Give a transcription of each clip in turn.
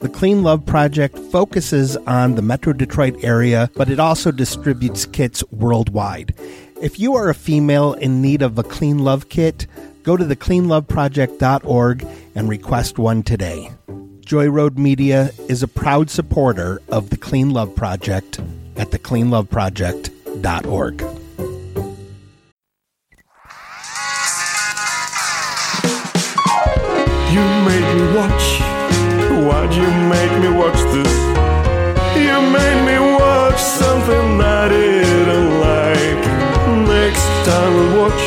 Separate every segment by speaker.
Speaker 1: The Clean Love Project focuses on the Metro Detroit area, but it also distributes kits worldwide. If you are a female in need of a Clean Love kit, go to thecleanloveproject.org and request one today. Joy Road Media is a proud supporter of the Clean Love Project at thecleanloveproject.org.
Speaker 2: You made me watch. Why'd you make me watch this? You made me watch something I didn't like. Next time I'll watch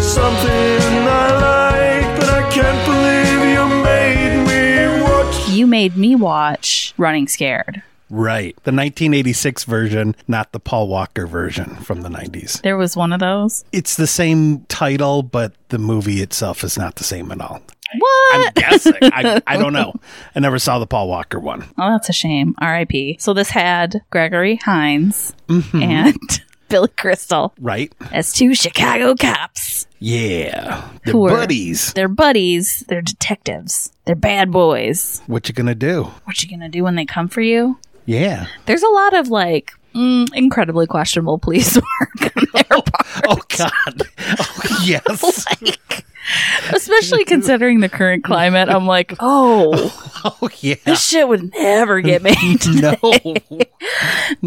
Speaker 2: something I like, but I can't believe you made me watch.
Speaker 3: You made me watch Running Scared.
Speaker 1: Right. The 1986 version, not the Paul Walker version from the 90s.
Speaker 3: There was one of those.
Speaker 1: It's the same title, but the movie itself is not the same at all. I'm
Speaker 3: What?
Speaker 1: guessing. I, I don't know. I never saw the Paul Walker one.
Speaker 3: Oh, that's a shame. R.I.P. So this had Gregory Hines
Speaker 1: Mm-hmm.
Speaker 3: and Billy Crystal
Speaker 1: Right?
Speaker 3: as two Chicago cops.
Speaker 1: Yeah. The
Speaker 3: Who are-
Speaker 1: buddies.
Speaker 3: They're buddies. They're detectives. They're bad boys.
Speaker 1: What you gonna do?
Speaker 3: What you gonna do when they come for you?
Speaker 1: Yeah.
Speaker 3: There's a lot of like mm, incredibly questionable police work on their part,
Speaker 1: Oh God. Oh yes.
Speaker 3: especially considering the current climate. I'm like, oh,
Speaker 1: Oh yeah.
Speaker 3: this shit would never get made.
Speaker 1: No.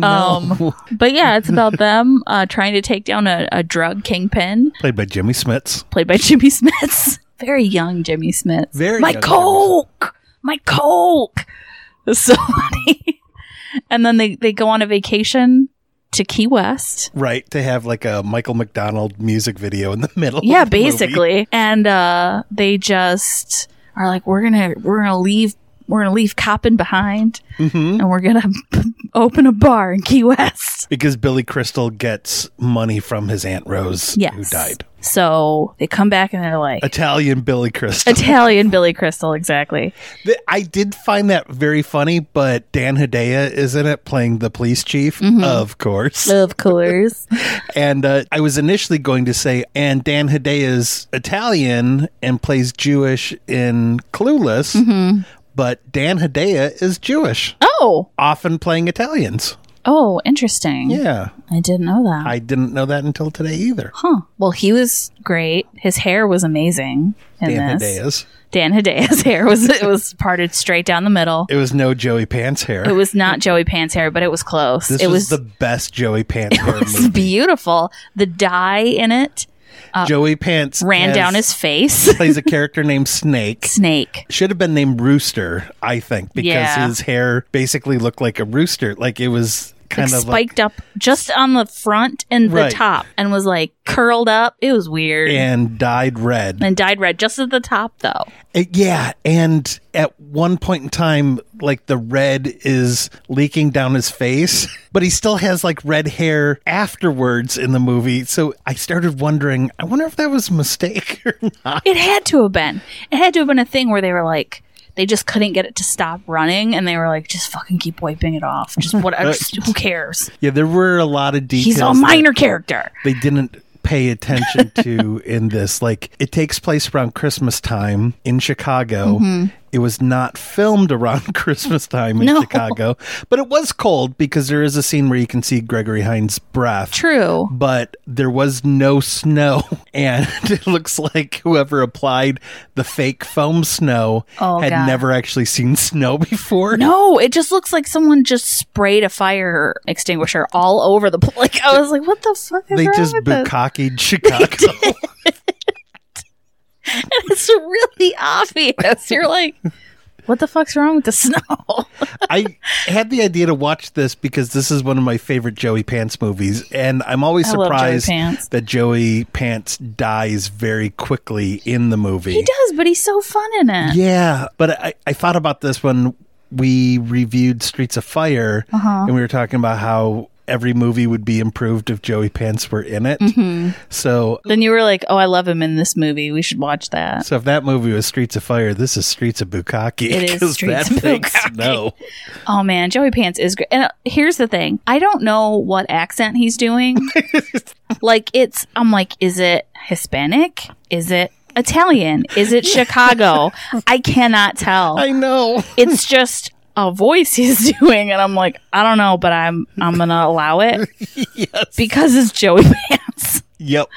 Speaker 3: Um, but yeah, it's about them uh, trying to take down a, a drug kingpin
Speaker 1: Played by Jimmy Smits.
Speaker 3: played by Jimmy Smits. Very young Jimmy Smits.
Speaker 1: Very
Speaker 3: my
Speaker 1: young Jimmy Smits.
Speaker 3: Coke, my Coke. It's so funny. and then they they go on a vacation to Key West.
Speaker 1: Right. They have like a Michael McDonald music video in the middle. of
Speaker 3: Yeah,
Speaker 1: the movie.
Speaker 3: basically. And uh, they just are like, we're gonna we're gonna leave we're gonna leave copping behind,
Speaker 1: Mm-hmm.
Speaker 3: and we're gonna open a bar in Key West.
Speaker 1: Because Billy Crystal gets money from his Aunt Rose
Speaker 3: Yes,
Speaker 1: who died.
Speaker 3: So they come back and they're like.
Speaker 1: Italian Billy Crystal.
Speaker 3: Italian Billy Crystal, exactly.
Speaker 1: Th- I did find that very funny, but Dan Hedaya is in it playing the police chief,
Speaker 3: Mm-hmm.
Speaker 1: of course.
Speaker 3: Of course.
Speaker 1: And uh, I was initially going to say, and Dan Hedaya's Italian and plays Jewish in Clueless,
Speaker 3: Mm-hmm.
Speaker 1: but Dan Hedaya is Jewish,
Speaker 3: Oh,
Speaker 1: often playing Italians.
Speaker 3: Oh, interesting.
Speaker 1: Yeah,
Speaker 3: I didn't know that.
Speaker 1: I didn't know that until today either.
Speaker 3: huh. Well, he was great. His hair was amazing in
Speaker 1: Dan
Speaker 3: this.
Speaker 1: Hedaya's.
Speaker 3: Dan Hedaya's hair was it was parted straight down the middle.
Speaker 1: It was no Joey Pants hair.
Speaker 3: It was not Joey Pants hair, but it was close.
Speaker 1: this
Speaker 3: it
Speaker 1: was,
Speaker 3: was,
Speaker 1: the best Joey Pants hair
Speaker 3: it was
Speaker 1: movie.
Speaker 3: beautiful. The dye in it
Speaker 1: Joey Pants
Speaker 3: uh, ran
Speaker 1: has-
Speaker 3: down his face.
Speaker 1: plays a character named Snake.
Speaker 3: Snake.
Speaker 1: should have been named Rooster, I think, because
Speaker 3: Yeah.
Speaker 1: his hair basically looked like a rooster. Like it was kind
Speaker 3: Like
Speaker 1: of like,
Speaker 3: spiked up just on the front and the
Speaker 1: Right.
Speaker 3: top and was like curled up. It was weird.
Speaker 1: and dyed red.
Speaker 3: And dyed red just at the top though.
Speaker 1: Uh, yeah, and at one point in time, like the red is leaking down his face, but he still has like red hair afterwards in the movie. So I started wondering, I wonder if that was a mistake or not.
Speaker 3: It had to have been. It had to have been a thing where they were like, they just couldn't get it to stop running, and they were like, just fucking keep wiping it off. Just whatever. just- who cares?
Speaker 1: Yeah, there were a lot of details.
Speaker 3: He's a
Speaker 1: that-
Speaker 3: minor character.
Speaker 1: they didn't pay attention to in this. Like it takes place around Christmas time in Chicago. It was not filmed around Christmas time in
Speaker 3: Mm-hmm. No.
Speaker 1: Chicago, but it was cold because there is a scene where you can see Gregory Hines' breath.
Speaker 3: True.
Speaker 1: But there was no snow, and it looks like whoever applied the fake foam snow
Speaker 3: Oh,
Speaker 1: had
Speaker 3: God.
Speaker 1: never actually seen snow before.
Speaker 3: No, it just looks like someone just sprayed a fire extinguisher all over the place. Like I was like, what the fuck is
Speaker 1: They
Speaker 3: wrong
Speaker 1: just
Speaker 3: with this?
Speaker 1: bukkakied Chicago.
Speaker 3: It's really obvious. You're like, what the fuck's wrong with the snow?
Speaker 1: I had the idea to watch this because this is one of my favorite Joey Pants movies, and I'm always
Speaker 3: I love Joey
Speaker 1: surprised
Speaker 3: Pants.
Speaker 1: that Joey Pants dies very quickly in the movie.
Speaker 3: he does, but he's so fun in it.
Speaker 1: Yeah, but I, I thought about this one we reviewed Streets of Fire,
Speaker 3: Uh-huh.
Speaker 1: and we were talking about how every movie would be improved if Joey Pants were in it.
Speaker 3: Mm-hmm.
Speaker 1: So,
Speaker 3: Then you were like, "Oh, I love him in this movie. We should watch that."
Speaker 1: so if that movie was Streets of Fire, this is Streets of Bukaki.
Speaker 3: It is
Speaker 1: 'cause
Speaker 3: Streets of
Speaker 1: that thing's
Speaker 3: Bukkake.
Speaker 1: No,
Speaker 3: Oh man, Joey Pants is great. And uh, here's the thing: I don't know what accent he's doing. like it's, I'm like, is it Hispanic? Is it Italian? Is it Chicago? I cannot tell.
Speaker 1: I know.
Speaker 3: it's just a voice he's doing, and I'm like, I don't know, but I'm I'm gonna allow it because it's Joey Pants.
Speaker 1: Yep.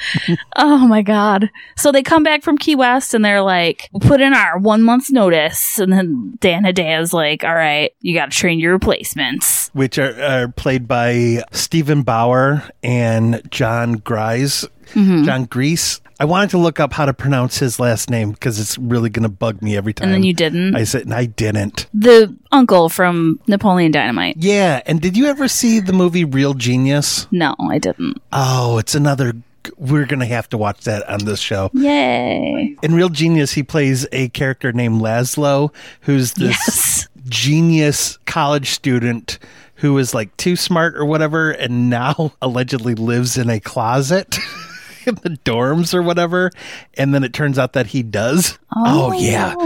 Speaker 3: Oh my god! So they come back from Key West and they're like, "We "Put in our one month's notice," and then Dan Hidea's like, "All right, you got to train your replacements."
Speaker 1: which are, are played by Stephen Bauer and John Grise.
Speaker 3: Mm-hmm.
Speaker 1: John Grease. I wanted to look up how to pronounce his last name because it's really going to bug me every time.
Speaker 3: And then you didn't.
Speaker 1: I said, and I didn't.
Speaker 3: the uncle from Napoleon Dynamite.
Speaker 1: Yeah. And did you ever see the movie Real Genius?
Speaker 3: No, I didn't.
Speaker 1: Oh, it's another. We're going to have to watch that on this show.
Speaker 3: Yay!
Speaker 1: In Real Genius, he plays a character named Laszlo, who's this
Speaker 3: Yes.
Speaker 1: genius college student who is like too smart or whatever and now allegedly lives in a closet in the dorms or whatever and then it turns out that he does
Speaker 3: Oh,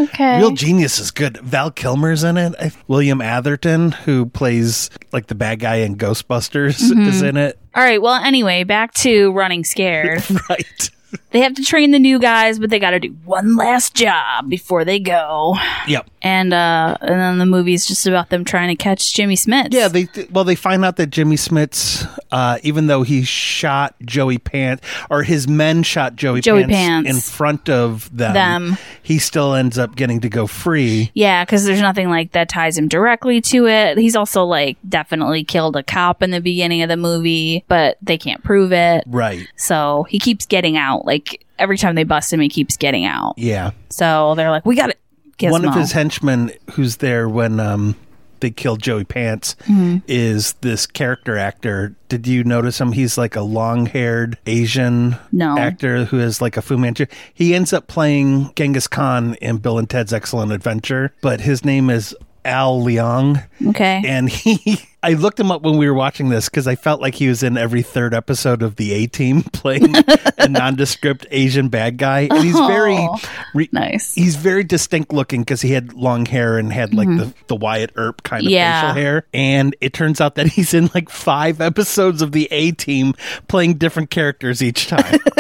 Speaker 3: okay.
Speaker 1: real genius is good val kilmer's in it I- william atherton who plays like the bad guy in ghostbusters
Speaker 3: Mm-hmm.
Speaker 1: is in it
Speaker 3: All right. Well, anyway, back to running scared.
Speaker 1: right
Speaker 3: they have to train the new guys, but they got to do one last job before they go.
Speaker 1: yep
Speaker 3: And uh, and then the movie's just about them trying to catch Jimmy Smith.
Speaker 1: Yeah, they well they find out that Jimmy Smits, uh, even though he shot Joey Pants or his men shot Joey,
Speaker 3: Joey
Speaker 1: Pants,
Speaker 3: Pants.
Speaker 1: in front of them,
Speaker 3: Them.
Speaker 1: he still ends up getting to go free.
Speaker 3: Yeah, because there's nothing like that ties him directly to it. He's also like definitely killed a cop in the beginning of the movie, but they can't prove it.
Speaker 1: Right.
Speaker 3: So he keeps getting out. Like every time they bust him, he keeps getting out.
Speaker 1: Yeah.
Speaker 3: So they're like, we got to Gizmo.
Speaker 1: One of his henchmen who's there when um they killed Joey Pants
Speaker 3: Mm-hmm.
Speaker 1: is this character actor. Did you notice him? He's like a long haired Asian
Speaker 3: No.
Speaker 1: actor who is like a Fu Manchu. He ends up playing Genghis Khan in Bill and Ted's Excellent Adventure, but his name is Al Leong.
Speaker 3: okay.
Speaker 1: And he, I looked him up when we were watching this because I felt like he was in every third episode of the A Team playing a nondescript Asian bad guy. And he's very,
Speaker 3: Oh,
Speaker 1: re-
Speaker 3: nice.
Speaker 1: He's very distinct looking because he had long hair and had like the, the Wyatt Earp kind of
Speaker 3: Mm-hmm. Yeah.
Speaker 1: facial hair. And it turns out that he's in like five episodes of the A Team playing different characters each time.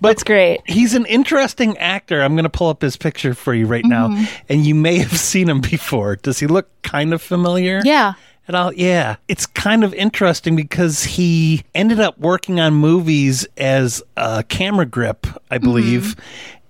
Speaker 3: That's great.
Speaker 1: He's an interesting actor. I'm going to pull up his picture for you right
Speaker 3: Mm-hmm.
Speaker 1: now. And you may have seen him before. Does he look kind of familiar?
Speaker 3: Yeah.
Speaker 1: at all. Yeah, it's kind of interesting because he ended up working on movies as a camera grip,
Speaker 3: Mm-hmm.
Speaker 1: I believe.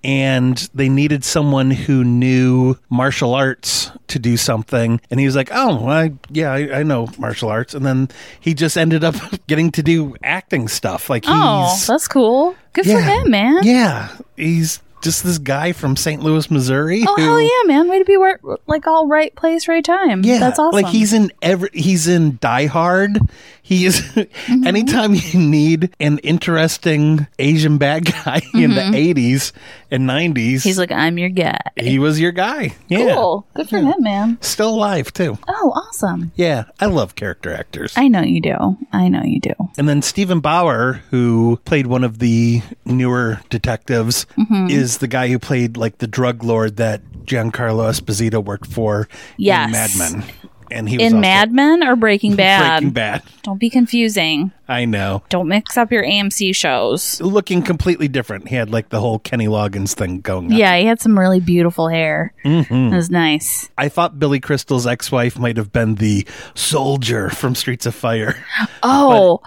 Speaker 1: And they needed someone who knew martial arts to do something. And he was like, Oh, I, yeah, I, I know martial arts. And then he just ended up getting to do acting stuff. Like, he's,
Speaker 3: Oh, that's cool. Good for him, man.
Speaker 1: Yeah. He's just this guy from St. Louis, Missouri.
Speaker 3: Oh, hell yeah, man. Way to be wor- like all right place, right time.
Speaker 1: Yeah,
Speaker 3: That's awesome.
Speaker 1: Like he's in every he's in Die Hard. He is
Speaker 3: Mm-hmm.
Speaker 1: anytime you need an interesting Asian bad guy in the 80s and 90s,
Speaker 3: Mm-hmm. He's like, I'm your guy.
Speaker 1: he was your guy. Yeah.
Speaker 3: Cool. Good for him, man.
Speaker 1: Still alive too.
Speaker 3: Oh, awesome.
Speaker 1: Yeah, I love character actors.
Speaker 3: I know you do. I know you do.
Speaker 1: and then Stephen Bauer, who played one of the newer detectives,
Speaker 3: Mm-hmm.
Speaker 1: is the guy who played like the drug lord that Giancarlo Esposito worked for
Speaker 3: Yes.
Speaker 1: in Mad Men. And he was
Speaker 3: In
Speaker 1: also
Speaker 3: Mad Men or Breaking Bad?
Speaker 1: Breaking Bad.
Speaker 3: Don't be confusing.
Speaker 1: I know.
Speaker 3: Don't mix up your AMC shows.
Speaker 1: looking completely different. He had like the whole Kenny Loggins thing going on.
Speaker 3: Yeah, he had some really beautiful hair. Mm-hmm. It was nice.
Speaker 1: I thought Billy Crystal's ex wife might have been the soldier from Streets of Fire.
Speaker 3: Oh,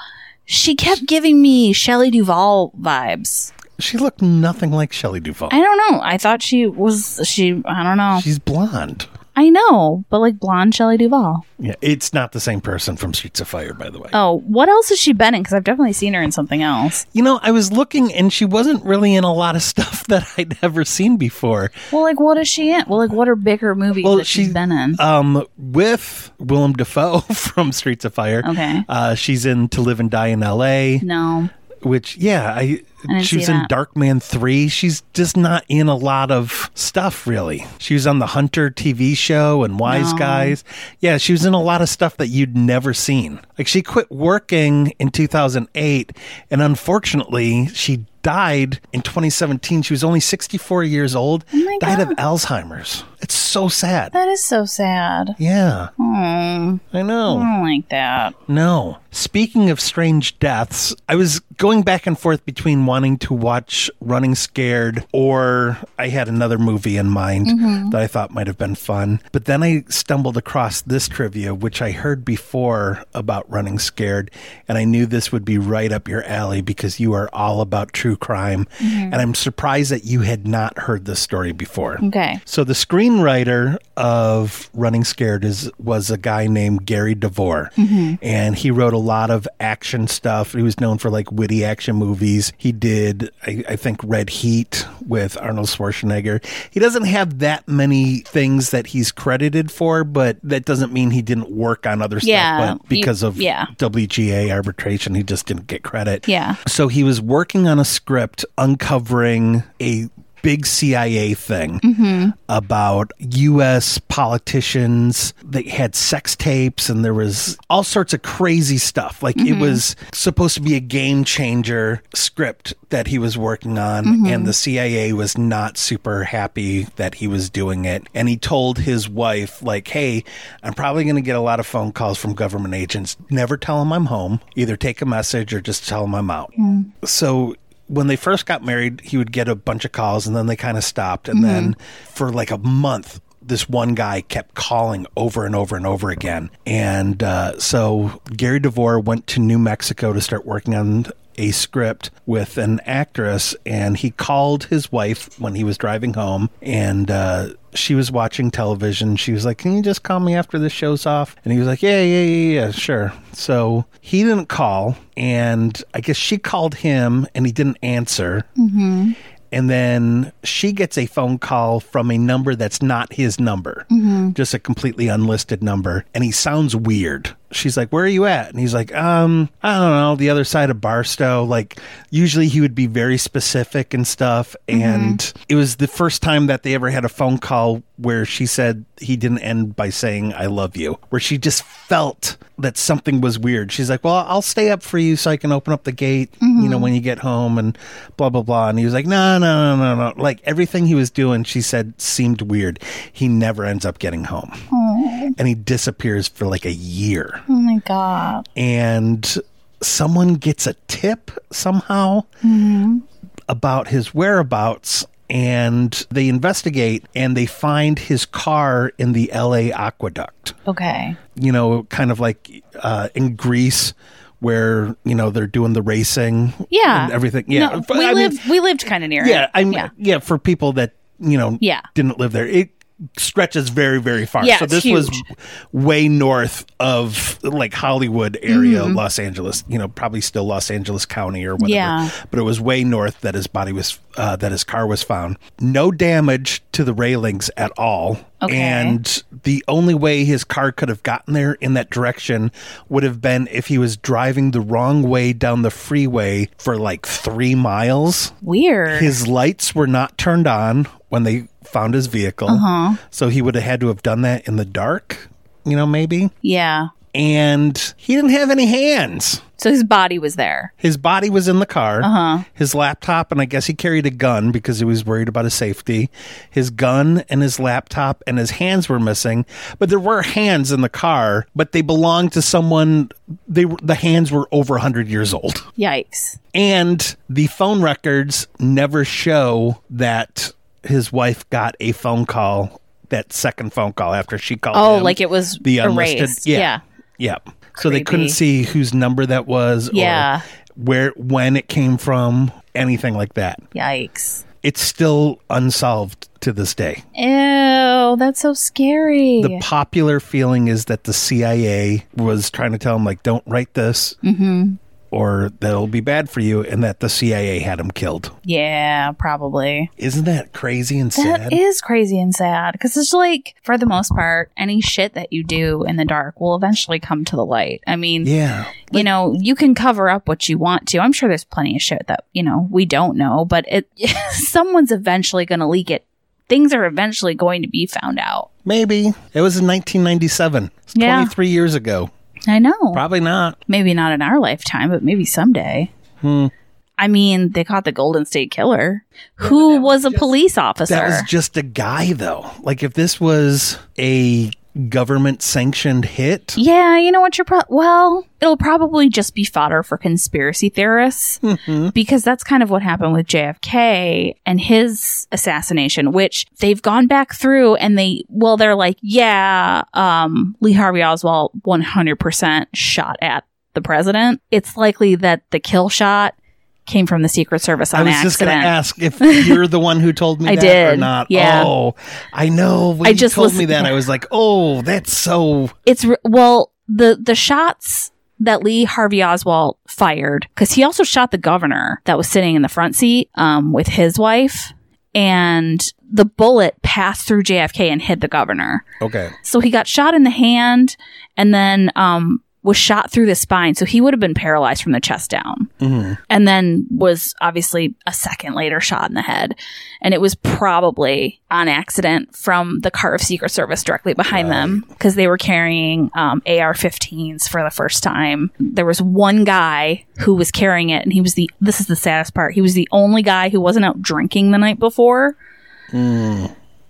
Speaker 3: she kept giving me Shelley Duvall vibes.
Speaker 1: She looked nothing like Shelley Duvall.
Speaker 3: I don't know. I thought she was she. I don't know.
Speaker 1: She's blonde.
Speaker 3: I know, but like blonde Shelley Duvall.
Speaker 1: Yeah, it's not the same person from Streets of Fire, by the way.
Speaker 3: Oh, what else has she been in? Because I've definitely seen her in something else.
Speaker 1: You know, I was looking and she wasn't really in a lot of stuff that I'd ever seen before.
Speaker 3: Well, like what is she in? Well, like what are bigger movies
Speaker 1: Well,
Speaker 3: that she's
Speaker 1: she's-
Speaker 3: been in?
Speaker 1: Um, with Willem Dafoe from Streets of Fire.
Speaker 3: Okay.
Speaker 1: Uh, she's in To Live and Die in L.A.,
Speaker 3: no.
Speaker 1: which, yeah, I
Speaker 3: I didn't
Speaker 1: she was
Speaker 3: see
Speaker 1: in
Speaker 3: that.
Speaker 1: Darkman 3. She's just not in a lot of stuff, really. She was on the Hunter TV show and Wise
Speaker 3: No.
Speaker 1: Guys. Yeah, she was in a lot of stuff that you'd never seen. Like, she quit working in 2008, and unfortunately, she died in 2017. She was only 64 years old,
Speaker 3: Oh my
Speaker 1: died of
Speaker 3: God.
Speaker 1: Alzheimer's. It's so sad.
Speaker 3: That is so sad.
Speaker 1: yeah,
Speaker 3: Hmm.
Speaker 1: I know.
Speaker 3: I don't like that.
Speaker 1: No. Speaking of strange deaths, I was going back and forth between wanting to watch Running Scared or I had another movie in mind that I thought might have been fun. But then I stumbled across this trivia, which I heard before about Running Scared. And I knew this would be right up your alley because you are all about true crime. And I'm surprised that you had not heard this story before.
Speaker 3: Okay.
Speaker 1: So the screenwriter of Running Scared is was a guy named Gary DeVore,
Speaker 3: Mm-hmm.
Speaker 1: and he wrote a lot of action stuff. He was known for like witty action movies. He did, I, I think, Red Heat with Arnold Schwarzenegger. He doesn't have that many things that he's credited for, but that doesn't mean he didn't work on other
Speaker 3: Yeah,
Speaker 1: stuff. But because
Speaker 3: you-
Speaker 1: of
Speaker 3: yeah.
Speaker 1: WGA arbitration, he just didn't get credit.
Speaker 3: Yeah.
Speaker 1: So he was working on a script uncovering a big CIA thing
Speaker 3: Mm-hmm.
Speaker 1: about US politicians that had sex tapes and there was all sorts of crazy stuff. Like it was supposed to be a game changer script that he was working on and the CIA was not super happy that he was doing it. And he told his wife like, "Hey, I'm probably going to get a lot of phone calls from government agents. Never tell them I'm home. Either take a message or just tell them I'm out." So when they first got married, he would get a bunch of calls and then they kind of stopped. And then for like a month, this one guy kept calling over and over and over again. And uh, so Gary DeVore went to New Mexico to start working on a script with an actress. And he called his wife when he was driving home. And uh, she was watching television. She was like, Can you just call me after this show's off? And he was like, Yeah, yeah, yeah, yeah, sure. So he didn't call. And I guess she called him and he didn't answer. And then she gets a phone call from a number that's not his number, just a completely unlisted number. And he sounds weird. She's like, Where are you at? And he's like, Um, I don't know, the other side of Barstow. Like, usually he would be very specific and stuff. And it was the first time that they ever had a phone call where she said he didn't end by saying, I love you, where she just felt that something was weird. She's like, Well, I'll stay up for you so I can open up the gate, you know, when you get home and blah, blah, blah. And he was like, No, no, no, no, no. Like everything he was doing, she said, seemed weird. He never ends up getting home. And he disappears for like a year
Speaker 3: Oh my god.
Speaker 1: and someone gets a tip somehow
Speaker 3: Mm-hmm.
Speaker 1: about his whereabouts and they investigate and they find his car in the LA aqueduct
Speaker 3: Okay.
Speaker 1: you know kind of like uh, in Greece where you know they're doing the racing
Speaker 3: Yeah.
Speaker 1: and everything yeah
Speaker 3: No,
Speaker 1: But
Speaker 3: we
Speaker 1: I mean,
Speaker 3: lived. we lived kind of near
Speaker 1: yeah
Speaker 3: it.
Speaker 1: I mean,
Speaker 3: yeah.
Speaker 1: yeah. for people that you know
Speaker 3: Yeah.
Speaker 1: didn't live there it stretches very very far
Speaker 3: Yeah,
Speaker 1: so
Speaker 3: it's
Speaker 1: this was
Speaker 3: huge.
Speaker 1: way north of like Hollywood area
Speaker 3: Mm-hmm.
Speaker 1: Los Angeles you know probably still Los Angeles County or whatever
Speaker 3: Yeah.
Speaker 1: but it was way north that his body was uh, that his car was found no damage to the railings at all
Speaker 3: Okay.
Speaker 1: and the only way his car could have gotten there in that direction would have been if he was driving the wrong way down the freeway for like 3 miles
Speaker 3: Weird.
Speaker 1: his lights were not turned on when they found his vehicle. So he would have had to have done that in the dark, you know, maybe.
Speaker 3: yeah.
Speaker 1: And he didn't have any hands.
Speaker 3: So his body was there.
Speaker 1: His body was in the car, his laptop, and I guess he carried a gun because he was worried about his safety. His gun and his laptop and his hands were missing, but there were hands in the car, but they belonged to someone. They were, the hands were over 100 years old.
Speaker 3: Yikes.
Speaker 1: And the phone records never show that his wife got a phone call, that second phone call after she called.
Speaker 3: Oh,
Speaker 1: him.
Speaker 3: like it was
Speaker 1: the
Speaker 3: erased.
Speaker 1: unlisted.
Speaker 3: Yeah.
Speaker 1: Yeah. So they couldn't
Speaker 3: Creepy.
Speaker 1: see whose number that was
Speaker 3: Yeah.
Speaker 1: or where when it came from, anything like that.
Speaker 3: Yikes.
Speaker 1: It's still unsolved to this day.
Speaker 3: Ew, that's so scary.
Speaker 1: The
Speaker 3: Mm-hmm.
Speaker 1: popular feeling is that the CIA was trying to tell him like don't write this. or that'll be bad for you, and that the CIA had him killed.
Speaker 3: Yeah, probably.
Speaker 1: Isn't that crazy and sad?
Speaker 3: That is crazy and sad because it's like, for the most part, any shit that you do in the dark will eventually come to the light. I mean,
Speaker 1: yeah.
Speaker 3: you know, you can cover up what you want to. I'm sure there's plenty of shit that, you know, we don't know, but it someone's eventually going to leak it. Things are eventually going to be found out.
Speaker 1: Maybe. It was in 1997. It's
Speaker 3: Yeah.
Speaker 1: 23 years ago.
Speaker 3: I know.
Speaker 1: Probably not.
Speaker 3: Maybe not in our lifetime, but maybe someday.
Speaker 1: Hmm.
Speaker 3: I mean, they caught the Golden State Killer, who was, a police officer.
Speaker 1: That was just a guy, though. Like, if this was a government sanctioned hit,
Speaker 3: Yeah, you know what? You're pro- well. It'll probably just be fodder for conspiracy theorists
Speaker 1: Mm-hmm.
Speaker 3: because that's kind of what happened with JFK and his assassination, which they've gone back through and they well, they're like, yeah, um, Lee Harvey Oswald 100% shot at the president. It's likely that the kill shot came from the Secret Service on
Speaker 1: I was
Speaker 3: accident.
Speaker 1: just going to ask if you're the one who told me
Speaker 3: I
Speaker 1: that or
Speaker 3: did,
Speaker 1: not.
Speaker 3: yeah.
Speaker 1: Oh, I know. When
Speaker 3: I
Speaker 1: you
Speaker 3: just
Speaker 1: told me
Speaker 3: listened-
Speaker 1: that, I was like, oh, that's so.
Speaker 3: it's re- well the the shots that Lee Harvey Oswald fired because he also shot the governor that was sitting in the front seat um, with his wife, and the bullet passed through JFK and hit the governor.
Speaker 1: Okay.
Speaker 3: So he got shot in the hand and then um, was shot through the spine. So he would have been paralyzed from the chest down. And then was obviously a second later shot in the head. And it was probably on accident from the car of Secret Service directly behind them because they were carrying um, AR 15s for the first time. There was one guy who was carrying it, and he was the, this is the saddest part, he was the only guy who wasn't out drinking the night before.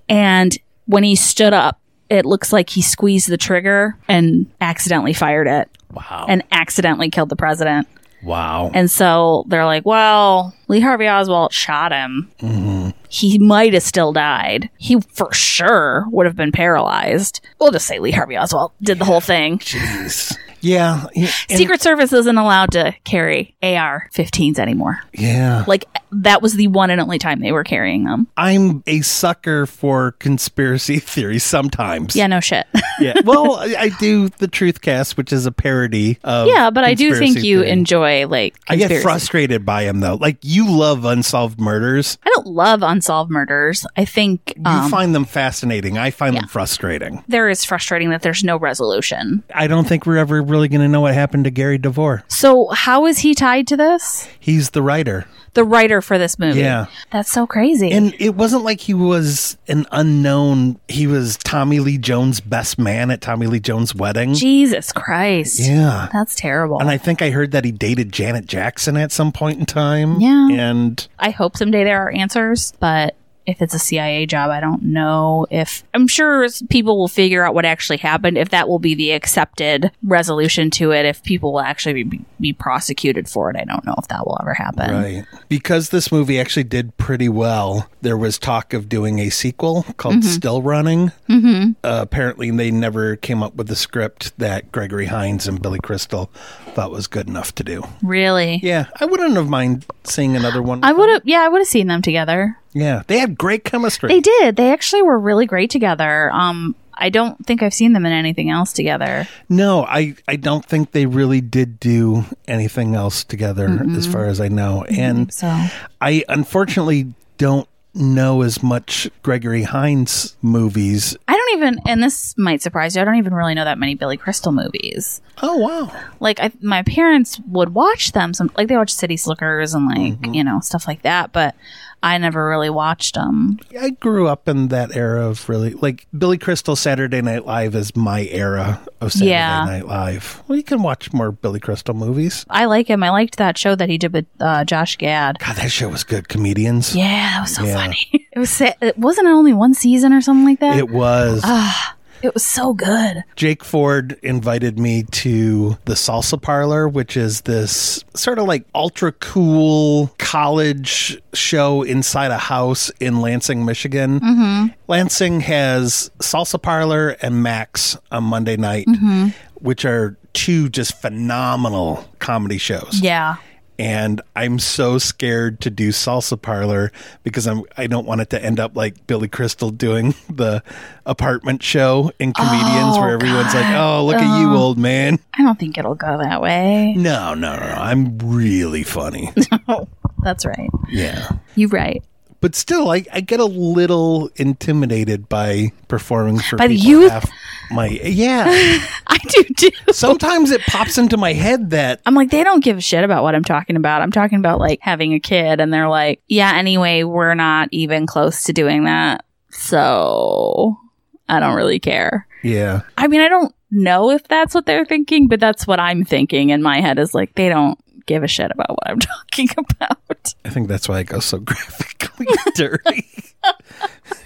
Speaker 3: And when he stood up, it looks like he squeezed the trigger and accidentally fired it
Speaker 1: Wow.
Speaker 3: and accidentally killed the president.
Speaker 1: wow.
Speaker 3: And so they're like, well, Lee Harvey Oswald shot him.
Speaker 1: Mm-hmm.
Speaker 3: He might have still died. He for sure would have been paralyzed. We'll just say Lee Harvey Oswald did the whole thing.
Speaker 1: Jeez. Yeah. yeah, and-
Speaker 3: Secret Service isn't allowed to carry AR 15s anymore.
Speaker 1: yeah.
Speaker 3: Like, that was the one and only time they were carrying them.
Speaker 1: I'm a sucker for conspiracy theories sometimes.
Speaker 3: Yeah, no shit.
Speaker 1: yeah. Well, I, I do the Truth Cast, which is a parody of.
Speaker 3: yeah, but I do
Speaker 1: conspiracy
Speaker 3: think you
Speaker 1: theory.
Speaker 3: enjoy, like,
Speaker 1: I get
Speaker 3: conspiracy
Speaker 1: frustrated by him though. Like you love unsolved murders.
Speaker 3: I don't love unsolved murders. I think
Speaker 1: You
Speaker 3: um,
Speaker 1: find them fascinating. I find them frustrating.
Speaker 3: there is frustrating that there's no resolution.
Speaker 1: I don't think we're ever really going to know what happened to Gary DeVore.
Speaker 3: So, how is he tied to this?
Speaker 1: He's the writer.
Speaker 3: The writer for this movie.
Speaker 1: Yeah.
Speaker 3: That's so crazy.
Speaker 1: And it wasn't like he was an unknown. He was Tommy Lee Jones' best man at Tommy Lee Jones' wedding.
Speaker 3: Jesus Christ.
Speaker 1: Yeah.
Speaker 3: That's terrible.
Speaker 1: And
Speaker 3: I,
Speaker 1: I think I heard that he dated Janet Jackson at some point in time.
Speaker 3: Yeah.
Speaker 1: And
Speaker 3: hope someday there are answers, but if it's a CIA job, I don't know if I'm sure s- people will figure out what actually happened, if that will be the accepted resolution to it, if people will actually be, be prosecuted for it. I don't know if that will ever happen.
Speaker 1: Right. Because this movie actually did pretty well, there was talk of doing a sequel called Still Running. Mm-hmm. Uh, apparently, they never came up with the script that Gregory Hines and Billy Crystal thought was good enough to do.
Speaker 3: Really?
Speaker 1: Yeah, I wouldn't have mind seeing another one.
Speaker 3: I would have, yeah, I would have seen them together.
Speaker 1: yeah, they had great chemistry.
Speaker 3: They did. They actually were really great together. Um, I don't think I've seen them in anything else together.
Speaker 1: No, I, I don't think they really did do anything else together, as far as I know. And
Speaker 3: Mm-hmm. So
Speaker 1: I unfortunately don't know as much Gregory Hines movies.
Speaker 3: I don't even, and this might surprise you, I don't even really know that many Billy Crystal movies.
Speaker 1: Oh, wow.
Speaker 3: Like, I, my parents would watch them. Some like they watched City Slickers and like you know stuff like that, but I never really watched them.
Speaker 1: I grew up in that era of really like Billy Crystal Saturday Night Live is my era of Saturday
Speaker 3: Yeah.
Speaker 1: Night Live. Well, you can watch more Billy Crystal movies.
Speaker 3: I like him. I liked that show that he did with uh, Josh Gad.
Speaker 1: God, that show was good. Comedians.
Speaker 3: Yeah, that was so funny. It was sa- it wasn't it only one season or something like that.
Speaker 1: It was.
Speaker 3: it was so good.
Speaker 1: Jake Ford invited me to the Salsa Parlor, which is this sort of like ultra cool college show inside a house in Lansing, Michigan. Lansing has Salsa Parlor and Max on Monday night, which are two just phenomenal comedy shows.
Speaker 3: Yeah.
Speaker 1: and I'm so scared to do salsa parlor because I'm I don't want it to end up like Billy Crystal doing the apartment show in comedians
Speaker 3: Oh,
Speaker 1: where everyone's like, "Oh, look at you, old man."
Speaker 3: I don't think it'll go that way.
Speaker 1: No, no, no, no. I'm really funny.
Speaker 3: That's right.
Speaker 1: yeah.
Speaker 3: You right.
Speaker 1: But still, I, I get a little intimidated by performing for
Speaker 3: By the
Speaker 1: people
Speaker 3: youth?
Speaker 1: half My yeah.
Speaker 3: I do too.
Speaker 1: Sometimes it pops into my head that
Speaker 3: I'm like, they don't give a shit about what I'm talking about. I'm talking about like having a kid, and they're like, yeah, anyway, we're not even close to doing that. So I don't really care.
Speaker 1: yeah.
Speaker 3: I mean, I don't know if that's what they're thinking, but that's what I'm thinking in my head is like, they don't give a shit about what I'm talking about.
Speaker 1: I think that's why I go so graphically dirty.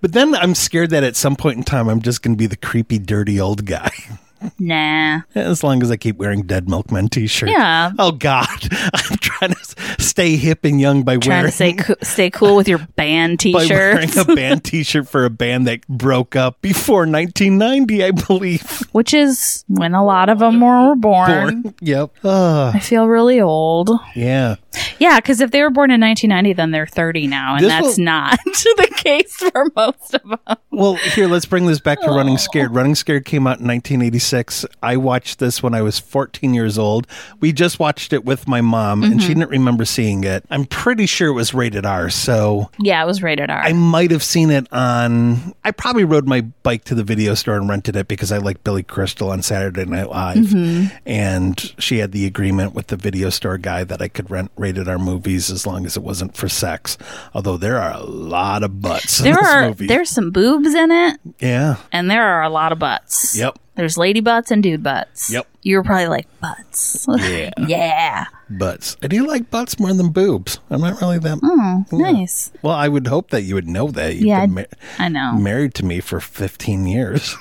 Speaker 1: but then I'm scared that at some point in time I'm just going to be the creepy, dirty old guy.
Speaker 3: Nah.
Speaker 1: As long as I keep wearing Dead Milkman t-shirt.
Speaker 3: Yeah.
Speaker 1: Oh God, I'm trying to s- stay hip and young by
Speaker 3: Trying
Speaker 1: wearing
Speaker 3: to stay, coo- stay cool with your band t
Speaker 1: by
Speaker 3: shirts,
Speaker 1: wearing a band t-shirt for a band that broke up before 1990, I believe.
Speaker 3: which is when a lot of them were born.
Speaker 1: Born. Yep. Uh,
Speaker 3: I feel really old.
Speaker 1: yeah.
Speaker 3: Yeah, because if they were born in 1990, then they're 30 now, and
Speaker 1: This
Speaker 3: that's
Speaker 1: will-
Speaker 3: not the case for most of them.
Speaker 1: Well, here, let's bring this back to Running Scared. Running Scared came out in 1986. I watched this when I was 14 years old. We just watched it with my mom, and
Speaker 3: Mm-hmm.
Speaker 1: she didn't remember seeing it. I'm pretty sure it was rated R, so
Speaker 3: Yeah, it was rated R.
Speaker 1: I might have seen it on. I probably rode my bike to the video store and rented it because I like Billy Crystal on Saturday Night Live.
Speaker 3: Mm-hmm.
Speaker 1: And she had the agreement with the video store guy that I could rent rated R movies as long as it wasn't for sex. Although there are a lot of butts in
Speaker 3: there
Speaker 1: this
Speaker 3: are
Speaker 1: movie.
Speaker 3: there's some boobs in it,
Speaker 1: yeah.
Speaker 3: and there are a lot of butts.
Speaker 1: Yep.
Speaker 3: There's lady butts and dude butts.
Speaker 1: Yep.
Speaker 3: You were probably like butts. Yeah. yeah.
Speaker 1: butts. I do like butts more than boobs. I'm not really that.
Speaker 3: Oh, nice.
Speaker 1: Well, I would hope that you would know that. You've
Speaker 3: Yeah,
Speaker 1: been
Speaker 3: I- Oh.
Speaker 1: mar-
Speaker 3: I know.
Speaker 1: married to me for 15 years.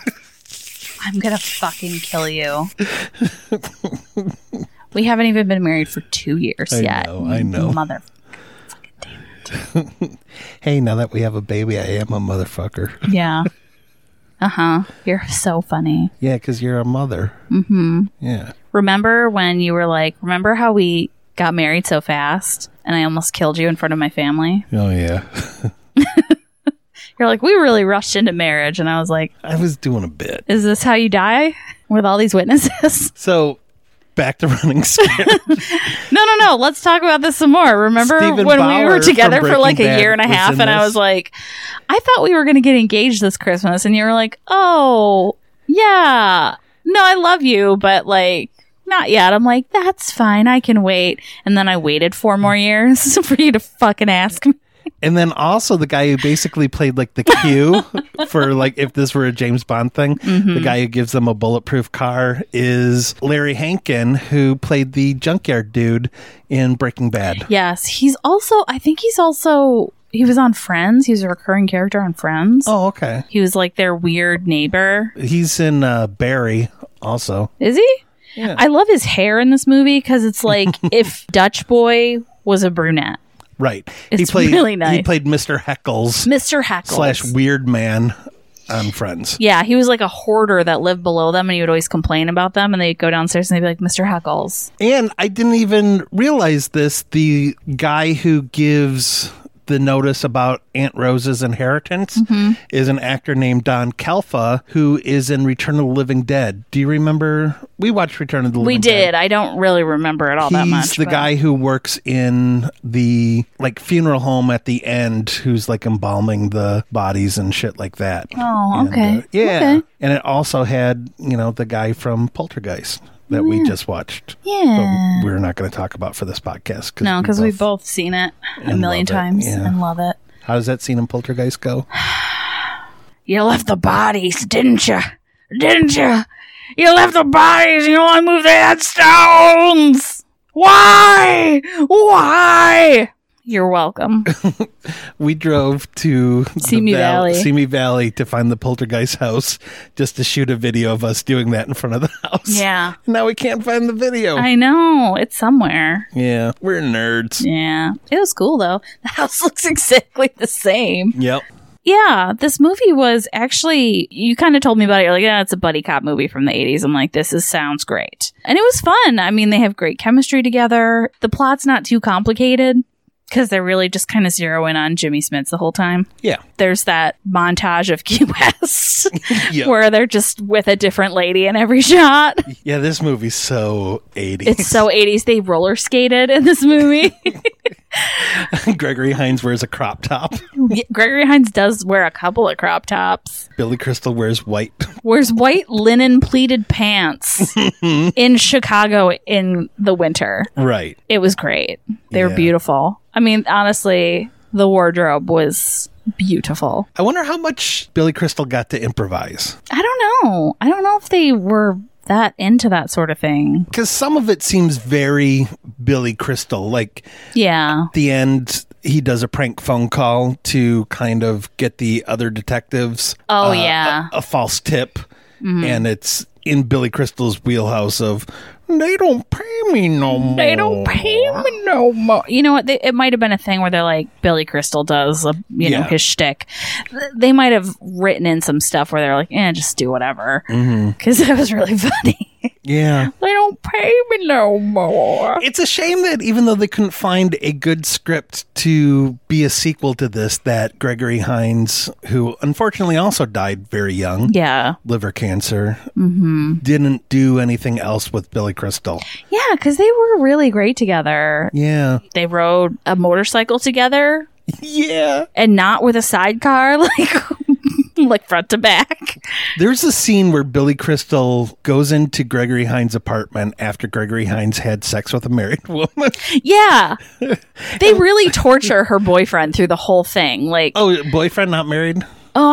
Speaker 3: I'm gonna fucking kill you. we haven't even been married for two years
Speaker 1: I
Speaker 3: yet.
Speaker 1: know, I know.
Speaker 3: Mother.
Speaker 1: hey, now that we have a baby, I am a motherfucker.
Speaker 3: Yeah. Uh huh. You're so funny.
Speaker 1: Yeah, because you're a mother.
Speaker 3: Hmm.
Speaker 1: Mm-hmm. Yeah.
Speaker 3: Remember when you were like, remember how we got married so fast and I almost killed you in front of my family?
Speaker 1: Oh, yeah.
Speaker 3: You're like, we really rushed into marriage. And I was like,
Speaker 1: I was doing a bit.
Speaker 3: is this how you die with all these witnesses?
Speaker 1: So back to running scared.
Speaker 3: no, no, no. Let's talk about this some more. Remember
Speaker 1: Stephen
Speaker 3: when we
Speaker 1: Bauer
Speaker 3: were together
Speaker 1: from
Speaker 3: for like
Speaker 1: Breaking
Speaker 3: a year
Speaker 1: Bad
Speaker 3: and a
Speaker 1: was
Speaker 3: half
Speaker 1: in
Speaker 3: and I
Speaker 1: this.
Speaker 3: was like, I thought we were going to get engaged this Christmas. And you were like, oh, yeah. No, I love you, but like, not yet. I'm like, that's fine. I can wait. And then I waited four more years for you to fucking ask me.
Speaker 1: and then also the guy who basically played like the cue for like if this were a James Bond thing,
Speaker 3: Mm-hmm.
Speaker 1: the guy who gives them a bulletproof car is Larry Hankin, who played the junkyard dude in Breaking Bad.
Speaker 3: Yes, he's also. I think he's also. He was on Friends. He was a recurring character on Friends.
Speaker 1: Oh, okay.
Speaker 3: He was like their weird neighbor.
Speaker 1: He's in uh, Barry also.
Speaker 3: Is he?
Speaker 1: Yeah.
Speaker 3: I love his hair in this movie because it's like if Dutch Boy was a brunette,
Speaker 1: Right.
Speaker 3: It's really nice.
Speaker 1: He played Mr. Heckles
Speaker 3: Mister Heckles.
Speaker 1: slash Weird Man on Friends.
Speaker 3: yeah, he was like a hoarder that lived below them, and he would always complain about them. And they'd go downstairs and they'd be like, "Mr. Heckles."
Speaker 1: And I didn't even realize this. The guy who gives the notice about Aunt Rose's inheritance
Speaker 3: Mm-hmm.
Speaker 1: is an actor named Don Kalfa, who is in Return of the Living Dead. Do you remember? We watched Return of the Living
Speaker 3: We
Speaker 1: Dead.
Speaker 3: did. I don't really remember it all that
Speaker 1: He's
Speaker 3: much.
Speaker 1: the
Speaker 3: but-
Speaker 1: guy who works in the like funeral home at the end, who's like embalming the bodies and shit like that.
Speaker 3: Oh,
Speaker 1: And,
Speaker 3: okay.
Speaker 1: uh, yeah,
Speaker 3: Okay.
Speaker 1: and it also had you know the guy from Poltergeist that we just watched.
Speaker 3: Yeah.
Speaker 1: but we're not going to talk about for this podcast. Cause
Speaker 3: No, because we've both seen it a million
Speaker 1: love it,
Speaker 3: times
Speaker 1: yeah.
Speaker 3: and love it.
Speaker 1: How does that scene in Poltergeist go?
Speaker 3: You left the bodies, didn't you? Didn't you? You left the bodies and you only moved the headstones! Why? Why? You're welcome.
Speaker 1: We drove to the
Speaker 3: Simi Valley.
Speaker 1: Simi Valley to find the Poltergeist house just to shoot a video of us doing that in front of the house.
Speaker 3: yeah.
Speaker 1: Now we can't find the video.
Speaker 3: I know. It's somewhere.
Speaker 1: yeah, we're nerds.
Speaker 3: Yeah. It was cool, though. The house looks exactly the same.
Speaker 1: Yep.
Speaker 3: yeah, this movie was actually, you kind of told me about it. You're like, yeah, it's a buddy cop movie from the 80s. I'm like, this is, sounds great. And it was fun. I mean, they have great chemistry together. The plot's not too complicated because they're really just kind of zeroing on Jimmy Smits the whole time.
Speaker 1: Yeah.
Speaker 3: There's that montage of Key West
Speaker 1: Yeah.
Speaker 3: where they're just with a different lady in every shot.
Speaker 1: Yeah, this movie's so 80s.
Speaker 3: It's so 80s. They roller skated in this movie.
Speaker 1: Gregory Hines wears a crop top.
Speaker 3: Gregory Hines does wear a couple of crop tops.
Speaker 1: Billy Crystal wears white.
Speaker 3: wears white linen pleated pants in Chicago in the winter.
Speaker 1: right.
Speaker 3: It was great. They were
Speaker 1: Yeah.
Speaker 3: beautiful. I mean, honestly, the wardrobe was beautiful.
Speaker 1: I wonder how much Billy Crystal got to improvise.
Speaker 3: I don't know. I don't know if they were that into that sort of thing.
Speaker 1: Because some of it seems very Billy Crystal. Like
Speaker 3: Yeah.
Speaker 1: the end, he does a prank phone call to kind of get the other detectives uh,
Speaker 3: Oh, yeah. Mm-hmm.
Speaker 1: a false tip. And it's in Billy Crystal's wheelhouse of, they don't pay me no more.
Speaker 3: They don't pay me no more. You know what? They, it might have been a thing where they're like Billy Crystal does, a, you know,
Speaker 1: Yeah.
Speaker 3: his shtick. Th- They might have written in some stuff where they're like, "eh, just do whatever,"
Speaker 1: Mm-hmm.
Speaker 3: because it was really funny.
Speaker 1: Yeah.
Speaker 3: They don't pay me no more.
Speaker 1: It's a shame that even though they couldn't find a good script to be a sequel to this, that Gregory Hines, who unfortunately also died very young,
Speaker 3: Yeah.
Speaker 1: liver cancer, didn't do anything else with Billy Crystal.
Speaker 3: Yeah, because they were really great together.
Speaker 1: Yeah.
Speaker 3: They rode a motorcycle together
Speaker 1: Yeah.
Speaker 3: and not with a sidecar, like like front to back.
Speaker 1: There's a scene where Billy Crystal goes into Gregory Hines' apartment after Gregory Hines had sex with a married woman.
Speaker 3: Yeah. They really torture her boyfriend through the whole thing. Like, oh,
Speaker 1: oh, boyfriend not married?
Speaker 3: I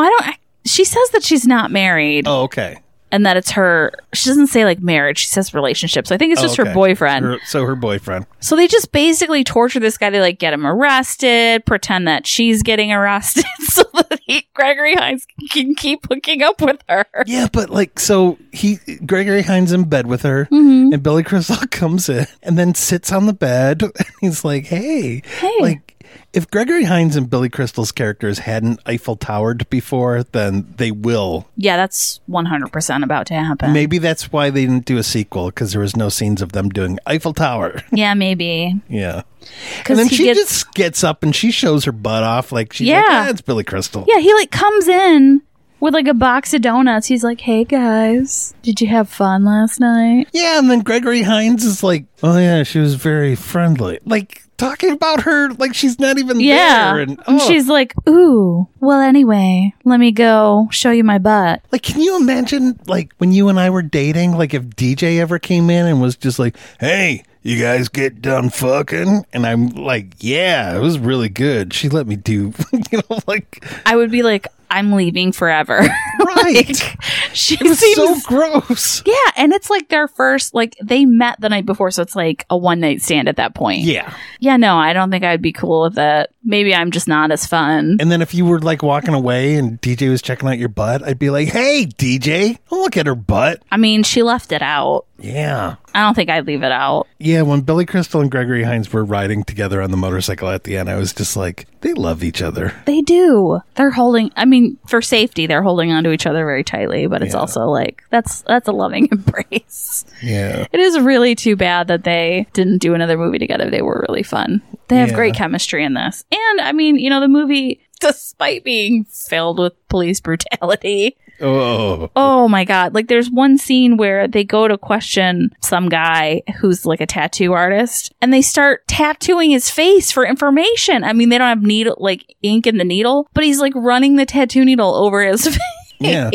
Speaker 3: don't. I, she says that she's not married
Speaker 1: Oh, okay.
Speaker 3: and that it's her. She doesn't say like marriage. She says relationship. So I think it's just
Speaker 1: Oh, Okay.
Speaker 3: her boyfriend.
Speaker 1: Her- so her boyfriend.
Speaker 3: So they just basically torture this guy. They like get him arrested, pretend that she's getting arrested, so that he, Gregory Hines can keep hooking up with her.
Speaker 1: Yeah, but like, so he Gregory Hines in bed with her,
Speaker 3: Mm-hmm.
Speaker 1: and Billy Crystal comes in and then sits on the bed, and he's like, "Hey,
Speaker 3: Hey.
Speaker 1: like." If Gregory Hines and Billy Crystal's characters hadn't Eiffel Towered before, then they will.
Speaker 3: Yeah, that's one hundred percent about to happen.
Speaker 1: Maybe that's why they didn't do a sequel because there was no scenes of them doing Eiffel Tower.
Speaker 3: Yeah, maybe
Speaker 1: yeah, and
Speaker 3: because
Speaker 1: then
Speaker 3: he
Speaker 1: she
Speaker 3: gets.
Speaker 1: just gets up and she shows her butt off like she's like,
Speaker 3: Yeah.
Speaker 1: "Ah, it's Billy Crystal.
Speaker 3: yeah, he like comes in with like a box of donuts. He's like, "Hey guys, did you have fun last night?"
Speaker 1: Yeah, and then Gregory Hines is like, "Oh yeah, she was very friendly." Like talking about her like she's not even
Speaker 3: Yeah,
Speaker 1: there, and,
Speaker 3: and
Speaker 1: oh.
Speaker 3: she's like, "Ooh, well, anyway, let me go show you my butt."
Speaker 1: like, "Can you imagine like when you and I were dating? Like if DJ ever came in and was just like, "Hey, you guys get done fucking," and I'm like, "Yeah, it was really good. She let me do, you know, like
Speaker 3: I would be like, "I'm leaving forever."
Speaker 1: right."
Speaker 3: she
Speaker 1: it was
Speaker 3: seems
Speaker 1: so gross.
Speaker 3: Yeah, and it's like their first like they met the night before, so it's like a one night stand at that point.
Speaker 1: Yeah,
Speaker 3: Yeah, no, I don't think I'd be cool with it. Maybe I'm just not as fun.
Speaker 1: and then if you were like walking away and DJ was checking out your butt, I'd be like, "Hey, DJ, don't look at her butt."
Speaker 3: I mean, she left it out.
Speaker 1: Yeah.
Speaker 3: I don't think I'd leave it out.
Speaker 1: Yeah, when Billy Crystal and Gregory Hines were riding together on the motorcycle at the end, I was just like, they love each other.
Speaker 3: They do. They're holding I mean, for safety, they're holding onto each other very tightly, but it's also like that's that's a loving embrace.
Speaker 1: Yeah.
Speaker 3: It is really too bad that they didn't do another movie together. They were really fun. They have
Speaker 1: Yeah.
Speaker 3: great chemistry in this. And I mean, you know, the movie despite being filled with police brutality
Speaker 1: Oh.
Speaker 3: Oh my god. Like there's one scene where they go to question some guy who's like a tattoo artist and they start tattooing his face for information. I mean, they don't have needle like ink in the needle, but he's like running the tattoo needle over his face.
Speaker 1: Yeah.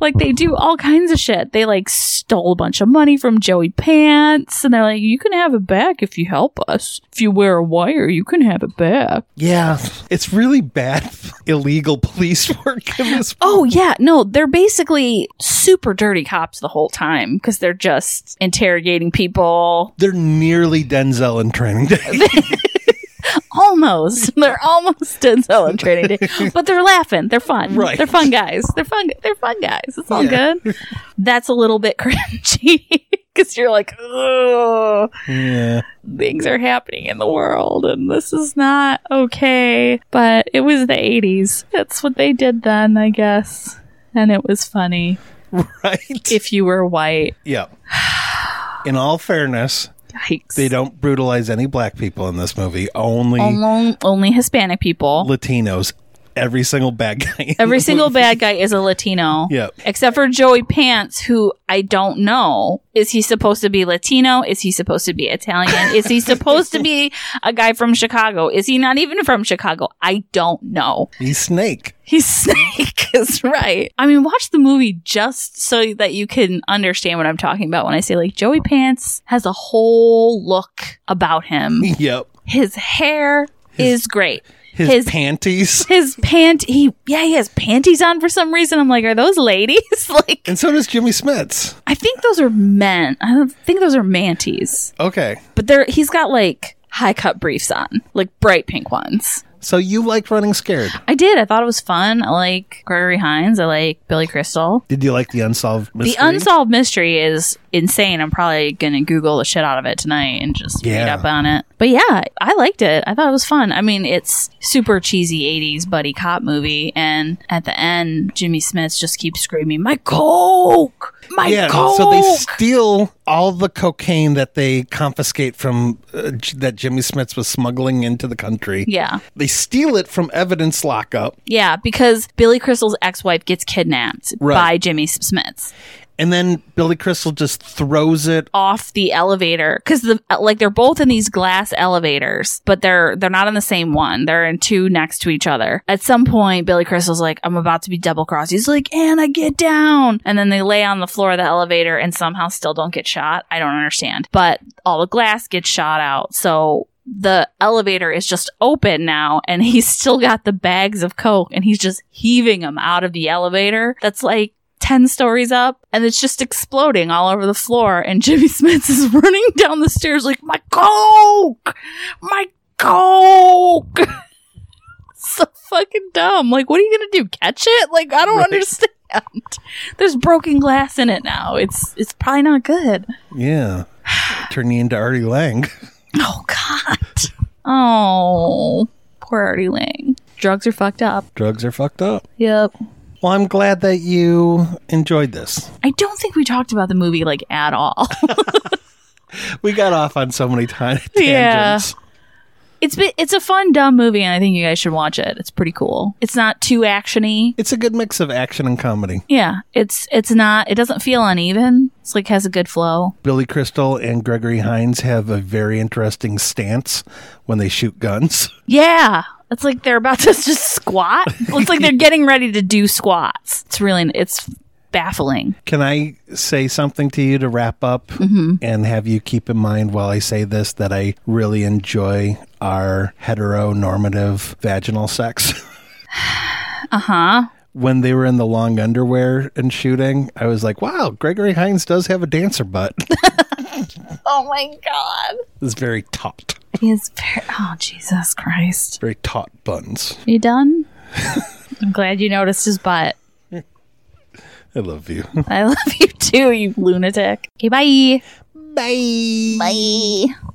Speaker 3: Like they do all kinds of shit. They like stole a bunch of money from Joey Pants and they're like, You can have it back if you help us. If you wear a wire, you can have it back.
Speaker 1: Yeah. It's really bad illegal police work in this.
Speaker 3: Oh yeah, no, they're basically super dirty cops the whole time because they're just interrogating people.
Speaker 1: They're nearly Denzel in training day.
Speaker 3: Almost, they're almost Denzel in Training Day, but they're laughing. They're fun.
Speaker 1: Right.
Speaker 3: They're fun guys. They're fun. They're fun guys. It's all
Speaker 1: Yeah.
Speaker 3: good. That's a little bit cringy because you're like, ugh,
Speaker 1: Yeah.
Speaker 3: things are happening in the world and this is not okay. But it was the 80s. That's what they did then, I guess. And it was funny
Speaker 1: Right.
Speaker 3: if you were white.
Speaker 1: yeah. In all fairness,
Speaker 3: Yikes.
Speaker 1: they don't brutalize any black people in this movie. Only
Speaker 3: only, only Hispanic people.
Speaker 1: Latinos. Every single bad guy. in
Speaker 3: Every
Speaker 1: the
Speaker 3: single
Speaker 1: movie.
Speaker 3: bad guy is a Latino.
Speaker 1: Yep.
Speaker 3: Except for Joey Pants, who I don't know. Is he supposed to be Latino? Is he supposed to be Italian? is he supposed to be a guy from Chicago? Is he not even from Chicago? I don't know.
Speaker 1: He's Snake.
Speaker 3: He's Snake is right. I mean, watch the movie just so that you can understand what I'm talking about when I say like Joey Pants has a whole look about him.
Speaker 1: Yep.
Speaker 3: His hair is great.
Speaker 1: His,
Speaker 3: His-
Speaker 1: panties.
Speaker 3: his pant he yeah he has panties on for some reason i'm like are those ladies like
Speaker 1: And so does Jimmy Smits.
Speaker 3: i think those are men i don't think those are manties
Speaker 1: Okay.
Speaker 3: but they're he's got like high cut briefs on like bright pink ones
Speaker 1: So you liked Running Scared.
Speaker 3: i did i thought it was fun i like gregory hines i like billy crystal
Speaker 1: Did you like the unsolved mystery?
Speaker 3: the unsolved mystery is insane. I'm probably gonna Google the shit out of it tonight and just read
Speaker 1: Yeah.
Speaker 3: up on it. But yeah, I liked it. I thought it was fun. I mean, it's super cheesy '80s buddy cop movie, and at the end, Jimmy Smith just keeps screaming, "My coke, my
Speaker 1: yeah,
Speaker 3: coke!"
Speaker 1: so they steal all the cocaine that they confiscate from uh, J- that Jimmy Smits was smuggling into the country.
Speaker 3: yeah,
Speaker 1: They steal it from evidence lockup,
Speaker 3: yeah, because Billy Crystal's ex-wife gets kidnapped
Speaker 1: Right.
Speaker 3: by Jimmy S- Smith's.
Speaker 1: and then Billy Crystal just throws it.
Speaker 3: off the elevator because the like they're both in these glass elevators, but they're they're not in the same one. They're in two next to each other. At some point, Billy Crystal's like, "I'm about to be double crossed." He's like, "Anna, get down!" And then they lay on the floor of the elevator and somehow still don't get shot. I don't understand, but all the glass gets shot out. So. The elevator is just open now, and he's still got the bags of coke, and he's just heaving them out of the elevator. That's like 10 stories up and it's just exploding all over the floor and jimmy smith is running down the stairs like my coke my coke so fucking dumb like what are you gonna do catch it like i don't
Speaker 1: Right.
Speaker 3: understand there's broken glass in it now it's it's probably not good
Speaker 1: Yeah. Turn you into Artie Lang.
Speaker 3: oh god oh poor artie lang drugs are fucked up
Speaker 1: Drugs are fucked up.
Speaker 3: yep
Speaker 1: Well, I'm glad that you enjoyed this.
Speaker 3: i don't think we talked about the movie like at all
Speaker 1: We got off on so many tiny
Speaker 3: Yeah.
Speaker 1: tangents.
Speaker 3: It's been, it's a fun dumb movie, and I think you guys should watch it. It's pretty cool. It's not too actiony.
Speaker 1: It's a good mix of action and comedy.
Speaker 3: Yeah, it's it's not. It doesn't feel uneven. It's like has a good flow.
Speaker 1: Billy Crystal and Gregory Hines have a very interesting stance when they shoot guns.
Speaker 3: Yeah, it's like they're about to just squat. It's like they're getting ready to do squats. It's really it's baffling.
Speaker 1: Can I say something to you to wrap up and have you keep in mind while I say this that I really enjoy our heteronormative vaginal sex?
Speaker 3: Uh huh.
Speaker 1: when they were in the long underwear and shooting, I was like, wow, Gregory Hines does have a dancer butt.
Speaker 3: Oh my god.
Speaker 1: it's very taut,
Speaker 3: He's very, oh Jesus Christ.
Speaker 1: very taut buns.
Speaker 3: You done? I'm glad you noticed his butt.
Speaker 1: I love you.
Speaker 3: I love you too, you lunatic. Okay, bye.
Speaker 1: Bye.
Speaker 3: Bye.